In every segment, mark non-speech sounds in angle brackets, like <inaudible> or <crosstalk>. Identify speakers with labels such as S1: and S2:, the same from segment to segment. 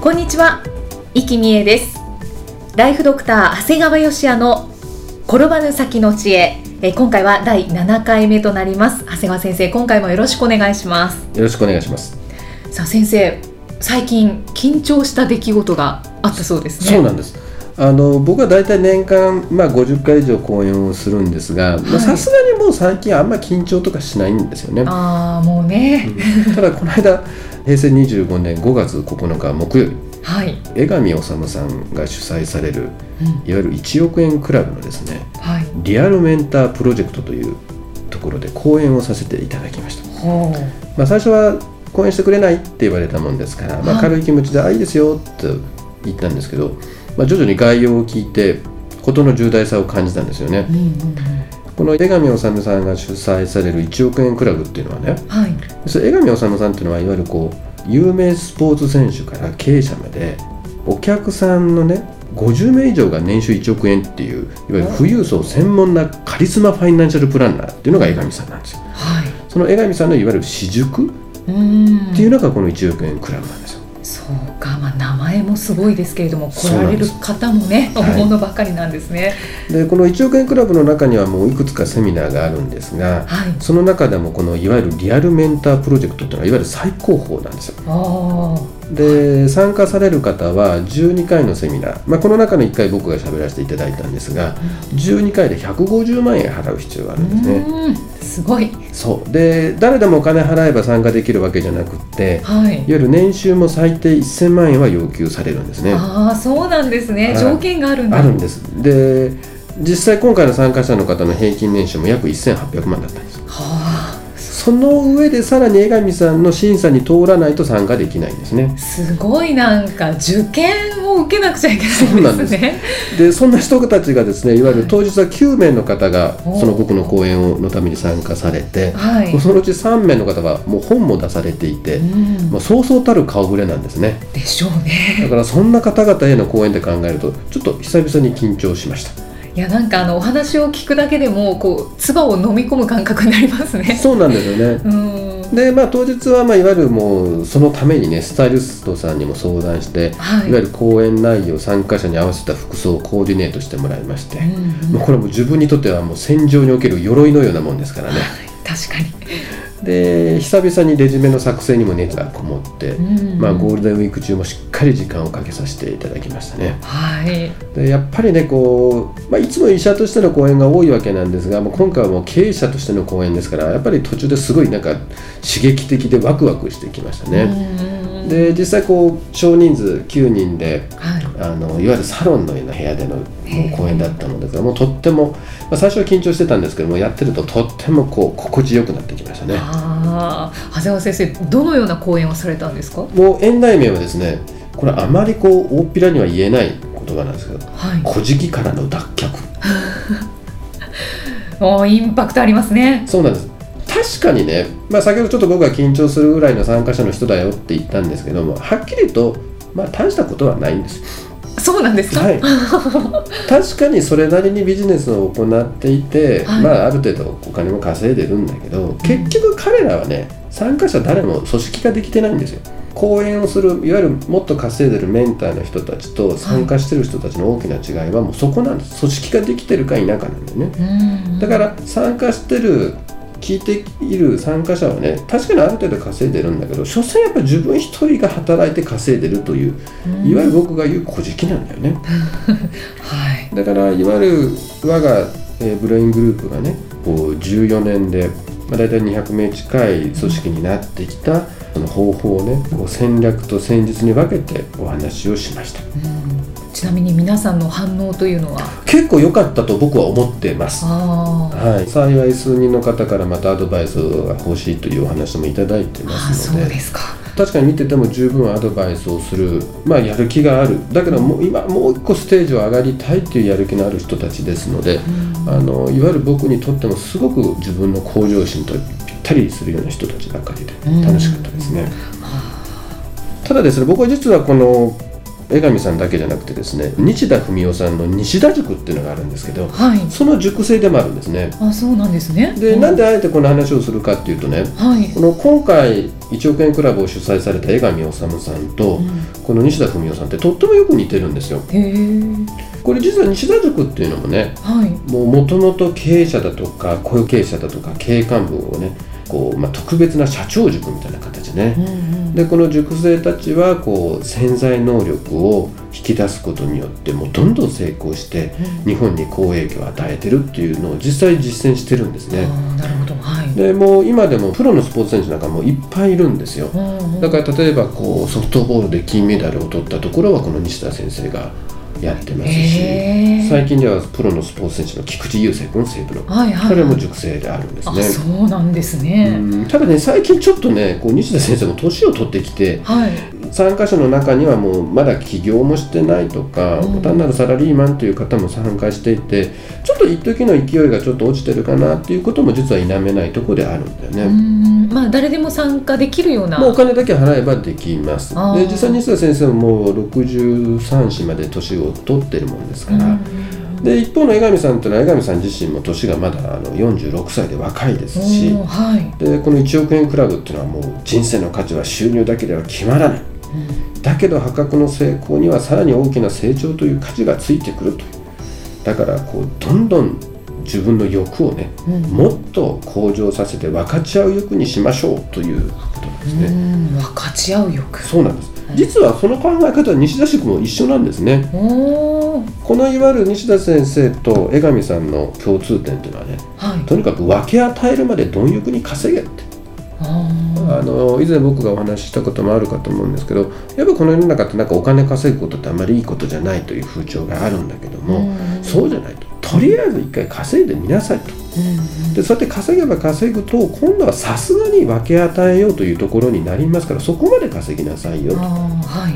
S1: こんにちは、生きみえです。ライフドクター長谷川義也の転ばぬ先の知恵。えー今回は第7回目となります。長谷川先生、今回もよろしくお願いします。
S2: よろしくお願いします。
S1: さあ先生、最近緊張した出来事があったそうですね。
S2: そうなんです。あの僕は大体年間、まあ、50回以上講演をするんですがま
S1: は
S2: あ
S1: い
S2: さすがにもう最近あんまり緊張とかしないんですよね。
S1: ああ、もうね。
S2: <laughs> ただこの間平成25年5月9日木曜日
S1: はい。
S2: 江上治さんが主催される
S1: うん
S2: いわゆる1億円クラブのですね
S1: はい。
S2: リアルメンタープロジェクトというところで講演をさせていただきました。
S1: ほう。
S2: まあ、最初は講演してくれないって言われたもんですから、ま
S1: は
S2: あ、
S1: い
S2: 軽い気持ちで「あいいですよ」って言ったんですけど、まあ、徐々に概要を聞いて事の重大さを感じたんですよね
S1: うんうんうん。
S2: この江上治さんが主催される1億円クラブっていうのはね
S1: はい。
S2: それ江上治さんっていうのはいわゆるこう有名スポーツ選手から経営者までお客さんのね50名以上が年収1億円っていういわゆる富裕層専門なカリスマファイナンシャルプランナーっていうのが江上さんなんですよ
S1: はい。
S2: その江上さんのいわゆる私塾
S1: うーん。
S2: っていうのがこの1億円クラブなんですよ。
S1: そうか、まあ、名前もすごいですけれども、来
S2: そう
S1: ら
S2: な
S1: れ
S2: んで
S1: る
S2: す
S1: 方もね、
S2: はい
S1: 本物ばかりなんですね。
S2: でこの1億円クラブの中にはもういくつかセミナーがあるんですが
S1: はい。
S2: その中でもこのいわゆるリアルメンタープロジェクトっていうのはいわゆる最高峰なんですよ
S1: ああ。
S2: で参加される方は12回のセミナー、まあ、この中の1回僕が喋らせていただいたんですが12回で150万円払う必要があるんですね
S1: うーんすごい。
S2: そうで誰でもお金払えば参加できるわけじゃなくって
S1: はい
S2: い。わゆる年収も最低1000万円は要求されるんですね
S1: ああ、そうなんですね。
S2: はい
S1: 条件があるんだ。
S2: あるんですで実際今回の参加者の方の平均年収も約1800万だったんです
S1: は
S2: その上でさらに江上さんの審査に通らないと参加できないんですね
S1: あ、すごいなんか受験を受けなくちゃいけ
S2: そう
S1: な
S2: ないん
S1: で
S2: ですす
S1: ね。
S2: でそんな人たちがですねいわゆる
S1: はい
S2: 当日は9名の方が
S1: おー
S2: その僕の講演をのために参加されて
S1: はい
S2: もう。そのうち3名の方はもう本も出されていて
S1: うん
S2: もうそうそうたる顔ぶれなんですね
S1: でしょうね。
S2: だからそんな方々への講演で考えるとちょっと久々に緊張しました
S1: いやなんかあのお話を聞くだけでもこう唾を飲み込む感覚になりますね。
S2: そうなんですよね
S1: うーん。
S2: でまあ、当日は、まあ、いわゆるもうそのためにねスタイリストさんにも相談して、
S1: はい
S2: い、わゆる講演内容参加者に合わせた服装をコーディネートしてもらいまして、
S1: うんうん
S2: もうこれはもう自分にとってはもう戦場における鎧のようなもんですからね
S1: 確かに。
S2: で久々にレジュメの作成にも熱がこもって、
S1: うん
S2: まあ、ゴールデンウィーク中もしっかり時間をかけさせていただきましたね
S1: はい。
S2: でやっぱりねこう、まあ、いつも医者としての講演が多いわけなんですが、まあ、今回はもう経営者としての講演ですからやっぱり途中ですごいなんか刺激的でワクワクしてきましたね、
S1: うんうん
S2: で実際こう少人数9人で
S1: はい。
S2: あのいわゆるサロンのような部屋でのもう
S1: へえ
S2: 公演だったのでもうとっても、まあ、最初は緊張してたんですけどもやってるととってもこう心地よくなってきましたね
S1: ああ、長谷川先生どのような講演をされたんですか。
S2: もう園内名はですねこれあまりこう大っぴらには言えない言葉なんですけど
S1: はい。
S2: 「古事記からの脱却
S1: おインパクトありますね」。
S2: そうなんです確かにね、まあ、先ほどちょっと僕が緊張するぐらいの参加者の人だよって言ったんですけどもはっきり言うと、まあ、大したことはないんです
S1: そうなんですか。
S2: はい、確かにそれなりにビジネスを行っていて、
S1: はい
S2: まあ、ある程度お金も稼いでるんだけど結局彼らはね参加者誰も組織化できてないんですよ講演をするいわゆるもっと稼いでるメンターの人たちと参加してる人たちの大きな違いはもうそこなんです組織化できてるか否かなんだよね
S1: うん
S2: だから参加してる聞いている参加者はね確かにある程度稼いでるんだけど所詮やっぱ自分一人が働いて稼いでるといういわゆる僕が言う「こじき」なんだよね
S1: はい。
S2: だからいわゆる我が、えーブレイングループがねこう14年で、まあ、大体200名近い組織になってきたその方法をねこう戦略と戦術に分けてお話をしました
S1: うんちなみに皆さんの反応というのは
S2: 結構良かったと僕は思ってます
S1: あー
S2: はい、幸い数人の方からまたアドバイスが欲しいというお話もいただいて
S1: あ
S2: ま
S1: ーそ
S2: す
S1: う
S2: ので
S1: ですか
S2: 確かに見てても十分アドバイスをする、まあ、やる気があるだけどもう今もう一個ステージを上がりたいというやる気のある人たちですのであのいわゆる僕にとってもすごく自分の向上心とぴったりするような人たちばかりで
S1: うん
S2: 楽しかったですね。ただですね僕は実はこの江上さんだけじゃなくてですね西田文夫さんの西田塾っていうのがあるんですけど
S1: はい
S2: その塾生でもあるんですね。
S1: あそうなんですね
S2: でなん
S1: で
S2: であえてこの話をするかっていうとね
S1: はい
S2: この今回1億円クラブを主催された江上治さんと、
S1: う
S2: この西田文夫さんってとってもよく似てるんですよ
S1: へえ
S2: これ実は西田塾っていうのもね
S1: はい
S2: もともと経営者だとか雇用経営者だとか経営幹部をねこう、まあ、特別な社長塾みたいな形でね、
S1: うん
S2: でこの塾生たちはこう潜在能力を引き出すことによってもうどんどん成功して日本に好影響を与えてるっていうのを実際実践してるんです
S1: うん
S2: ね
S1: あーなるほどはい
S2: でもう今でもプロのスポーツ選手なんかもいっぱいいるんですよ
S1: うんうん
S2: だから例えばこうソフトボールで金メダルを取ったところはこの西田先生がやってますし、
S1: へー
S2: 最近ではプロのスポーツ選手の菊池雄星君西武の
S1: はいはい
S2: 彼も塾生であるんです
S1: あ
S2: ね。
S1: そうなんですね
S2: うんただね最近ちょっとねこう西田先生も年を取ってきて
S1: はい
S2: 参加者の中にはもうまだ起業もしてないとか、
S1: うん
S2: 単なるサラリーマンという方も参加していてちょっと一時の勢いがちょっと落ちてるかなっていうことも実は否めないところであるんだよね。
S1: うんまあ誰でも参加できるような
S2: まあ、お金だけ払えばできます
S1: あー
S2: で実際に西田先生ももう63歳まで年を取ってるもんですから、
S1: うん
S2: で一方の江上さんというのは江上さん自身も年がまだあの46歳で若いですし
S1: おーはい
S2: でこの1億円クラブっていうのはもう人生の価値は収入だけでは決まらないだけど破格の成功にはさらに大きな成長という価値がついてくるというだからこうどんどん自分の欲をね
S1: うん
S2: もっと向上させて分かち合う欲にしましょうということなんですね。
S1: うん分かち合う欲
S2: そうなんです
S1: はい
S2: 実はその考え方は西田塾も一緒なんですね
S1: おー
S2: このいわゆる西田先生と江上さんの共通点というのはね
S1: はい
S2: とにかく分け与えるまで貪欲に稼げって
S1: あ
S2: あの以前僕がお話ししたこともあるかと思うんですけどやっぱこの世の中ってなんかお金稼ぐことってあんまりいいことじゃないという風潮があるんだけど
S1: ー
S2: も、
S1: ん
S2: そうじゃないととりあえず一回稼いでみなさいと
S1: うん
S2: でそうやって稼げば稼ぐと今度はさすがに分け与えようというところになりますからそこまで稼ぎなさいよ
S1: あーは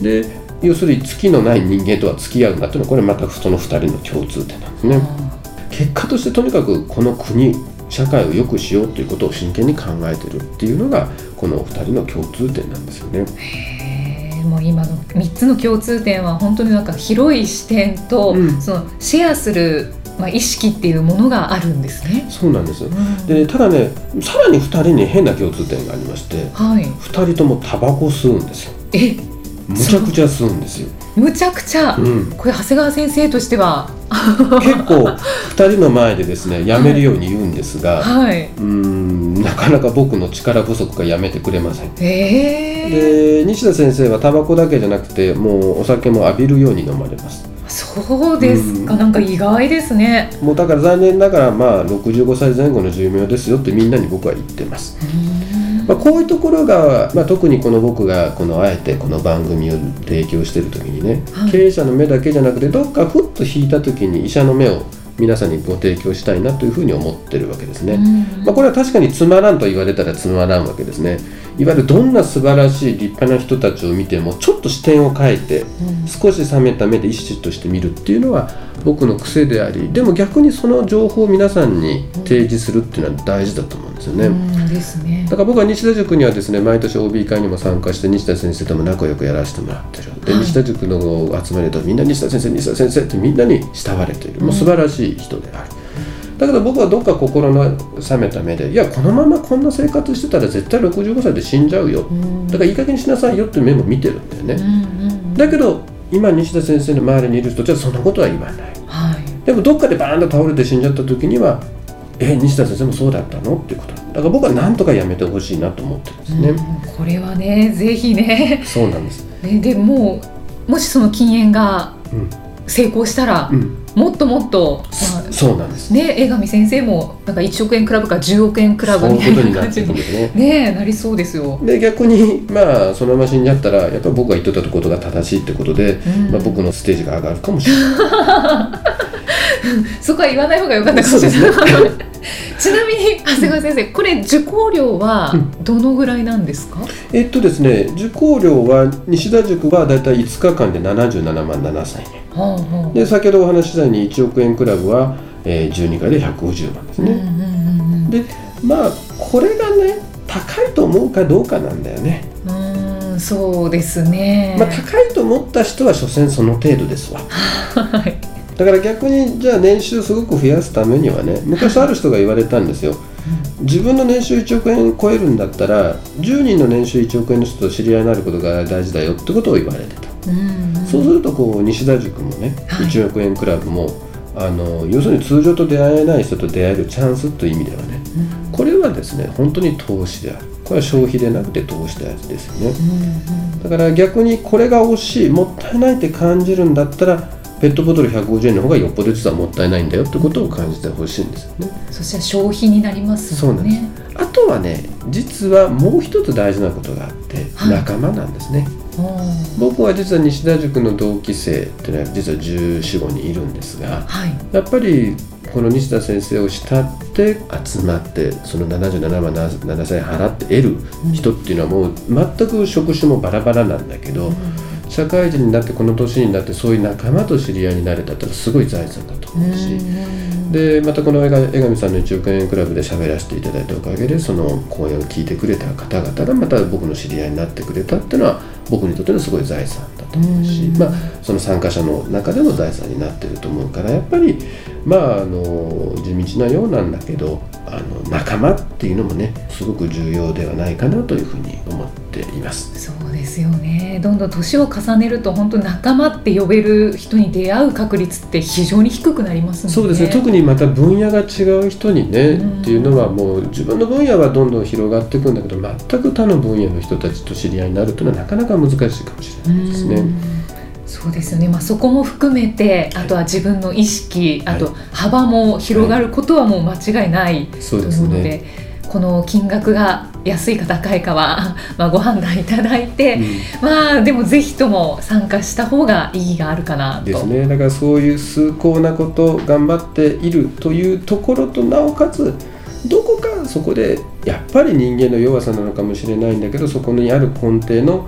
S1: い
S2: で要するに月のない人間とは付き合うなというのはこれまたその2人の共通点なんですね
S1: あ
S2: 結果としてとにかくこの国社会を良くしようということを真剣に考えてるっていうのがこのお二人の共通点なんですよね
S1: ーへーもう今の3つの共通点は本当になんか広い視点と、
S2: うん
S1: そのシェアする、まあ、意識っていうものがあるんですね。
S2: そうなんです
S1: うん
S2: でただねさらに2人に変な共通点がありまして
S1: はい、
S2: 2人ともタバコ吸うんですよ
S1: え
S2: むちゃくちゃ吸うんですよ、
S1: むちゃくちゃ、
S2: うん、
S1: これ長谷川先生としては
S2: 結構2人の前でですねやめるように言うんですが、
S1: はい。
S2: うーんなかなか僕の力不足がやめてくれません
S1: ええ
S2: で西田先生はタバコだけじゃなくてもうお酒も浴びるように飲まれます
S1: そうですか、
S2: うん
S1: なんか意外ですね。
S2: もうだから残念ながらまあ65歳前後の寿命ですよってみんなに僕は言ってます、
S1: うん
S2: まあ、こういうところが、まあ、特にこの僕がこのあえてこの番組を提供してる時にね、
S1: はい
S2: 経営者の目だけじゃなくてどっかふっと引いた時に医者の目を皆さんにご提供したいなというふうに思ってるわけですね、
S1: うん
S2: まあ、これは確かにつまらんと言われたらつまらんわけですねいわゆるどんな素晴らしい立派な人たちを見てもちょっと視点を変えて
S1: うん
S2: 少し冷めた目で一視として見るっていうのは僕の癖でありでも逆にその情報を皆さんに提示するっていうのは大事だと思うんですよね、
S1: うんですね
S2: だ。から僕は西田塾にはですね毎年 OB 会にも参加して西田先生とも仲良くやらせてもらってるで
S1: はい
S2: 西田塾の集まりだとみんな西田先生西田先生ってみんなに慕われているもう素晴らしい人である、だけど僕はどっか心の冷めた目でいやこのままこんな生活してたら絶対65歳で死んじゃうよ
S1: うん
S2: だからいい加減にしなさいよって目も見てるんだよね、
S1: うんうん
S2: だけど今西田先生の周りにいる人じゃそんなことは言わない
S1: はい。
S2: でもどっかでバーンと倒れて死んじゃった時にはえ西田先生もそうだったのっていうことだから僕はなんとかやめてほしいなと思ってるんですね、
S1: うんこれはねぜひね
S2: そうなんです、
S1: ねでもうもしその禁煙が
S2: うん
S1: 成功したら
S2: うん、
S1: もっともっと、まあ
S2: そうなんです。
S1: ね江上先生もなんか1億円クラブか10億円クラブみた
S2: そういうこ
S1: いな
S2: とにな
S1: 感
S2: って
S1: じ
S2: いくん
S1: に
S2: で
S1: <laughs>
S2: すね。
S1: ねなりそうですよ。
S2: で逆にまあそのまま死んじゃったらやっぱり僕が言ってたことが正しいってことで、
S1: うん
S2: まあ、僕のステージが上がるかもしれない。
S1: <laughs> そこは言わない方が良かったかもしれない。ちなみに長谷川先生、これ受講料はどのぐらいなんですか？
S2: えっとですね受講料は西田塾はだいたい5日間で77万7千円
S1: はあはあ
S2: で先ほどお話ししたように1億円クラブは、えー12回で150万です
S1: うんうん
S2: ね、でまあこれがね高いと思うかどうかなんだよね、
S1: うんうんうーん、そうですね。
S2: まあ、高いと思った人は所詮その程度ですわ
S1: <laughs> はい。
S2: だから逆にじゃあ年収すごく増やすためにはね昔ある人が言われたんですよ自分の年収1億円超えるんだったら10人の年収1億円の人と知り合いになることが大事だよってことを言われてた、
S1: うんうん
S2: そうするとこう西田塾もね、
S1: はい
S2: 1億円クラブもあの要するに通常と出会えない人と出会えるチャンスという意味ではね
S1: うん
S2: これはですね本当に投資であるこれは消費でなくて投資であるですよね
S1: うん
S2: だから逆にこれが惜しいもったいないって感じるんだったらペットボトル150円の方がよっぽど実はもったいないんだよってことを感じてほしいんですよね
S1: うんそしたら消費になりますもんね。
S2: あとはね実はもう一つ大事なことがあって
S1: はい
S2: 仲間なんですね、
S1: うん
S2: 僕は実は西田塾の同期生っていうのは実は1415人いるんですが
S1: はい。
S2: やっぱりこの西田先生を慕って集まってその77万7000円払って得る人っていうのはもう全く職種もバラバラなんだけど、社会人になってこの年になってそういう仲間と知り合いになれたってのはすごい財産だと
S1: うん
S2: 思うし。
S1: うん
S2: でまたこの江上江上さんの1億円クラブで喋らせていただいたおかげでその講演を聞いてくれた方々がまた僕の知り合いになってくれたっていうのは僕にとってのすごい財産だと思うし、
S1: うん
S2: まあ、その参加者の中でも財産になってると思うからやっぱりまああの地道なようなんだけどあの仲間っていうのもねすごく重要ではないかなというふうに思っています。
S1: そうですよねどんどん年を重ねると本当仲間って呼べる人に出会う確率って非常に低くなりますもんね。
S2: そうですね特にまた分野が違う人にね、
S1: うん
S2: っていうのはもう自分の分野はどんどん広がっていくんだけど全く他の分野の人たちと知り合いになるというのはなかなか難しいかもしれないですね。
S1: うんそうですよね、まあ、そこも含めてあとは自分の意識、
S2: はい
S1: あと幅も広がることはもう間違いない
S2: そう
S1: と
S2: です
S1: 思うので,、
S2: ね、
S1: この金額が安いか高いかは、 <laughs> まあ、ご判断いただいて、
S2: う
S1: まあでもぜひとも参加した方が意義があるかなんと。
S2: ですねだからそういう崇高なことを頑張っているというところとなおかつどこかそこでやっぱり人間の弱さなのかもしれないんだけどそこにある根底の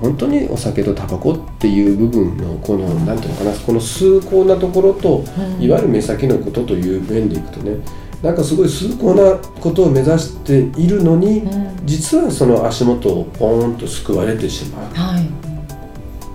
S2: 本当にお酒とタバコっていう部分のこの何ていうのかなこの崇高なところと
S1: うん
S2: いわゆる目先のことという面でいくとねなんかすごい崇高なことを目指しているのに
S1: うん
S2: 実はその足元をポーンと救われてしまう
S1: はい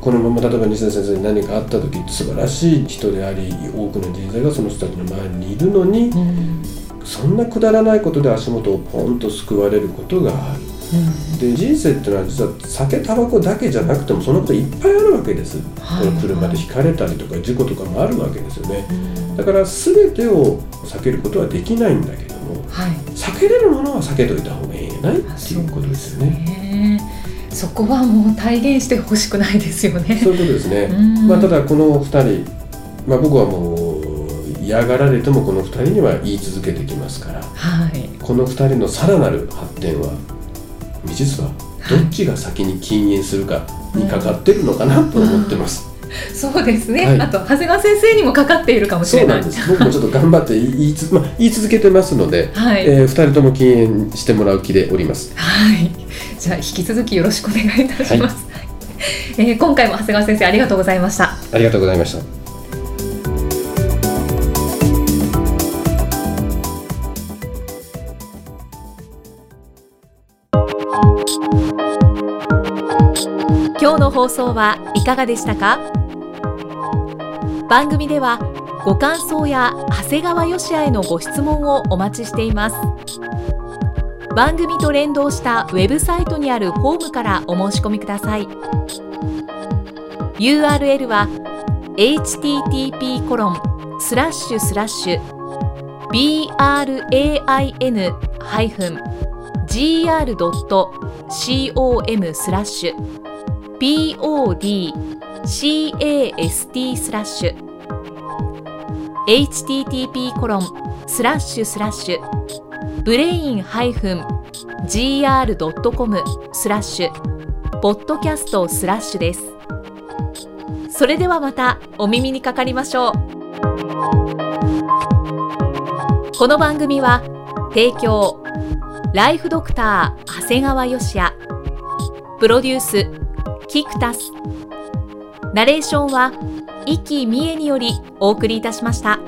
S2: このまま例えば西田先生に何かあった時素晴らしい人であり多くの人材がその人たちの周りにいるのに
S1: うんうん
S2: そんなくだらないことで足元をポンと救われることがあるで人生ってのは実は酒タバコだけじゃなくてもそのこといっぱいあるわけです、
S1: はい
S2: この車でひかれたりとか事故とかもあるわけですよねだから全てを避けることはできないんだけども
S1: はい
S2: 避けれるものは避けといた方がいいんじゃないっていうことですよね。
S1: ねそこはもう体現してほしくないですよね。
S2: そういうことですね。
S1: うん
S2: まあただこの2人、まあ、僕はもう嫌がられてもこの2人には言い続けてきますから
S1: はい。
S2: この2人のさらなる発展は実はどっちが先に禁煙するかにかかってるのかなと思ってます。
S1: そうですね。
S2: はい
S1: あと長谷川先生にもかかっているかもし
S2: そ
S1: れ
S2: うな
S1: ない。
S2: んです僕もちょっと頑張って言いつ、まあ、言い続けてますので、
S1: はい
S2: え2人とも禁煙してもらう気でおります。
S1: はい。じゃあ引き続きよろしくお願いいたします。はいえー今回も長谷川先生ありがとうございました。
S2: ありがとうございました。
S1: 今日の放送はいかがでしたか番組ではご感想や長谷川よしあへのご質問をお待ちしています番組と連動したウェブサイトにあるホームからお申し込みください URL は http コロンスラッシュスラッシュ brain-gr.com スラッシュ podcast
S3: cast スラッシュ http コロンスラッシュスラッシュブレイン -gr.com スラッシュポッドキャストスラッシュですそれではまたお耳にかかりましょうこの番組は提供ライフドクター長谷川芳也プロデュースキクタスナレーションは生きみえによりお送りいたしました。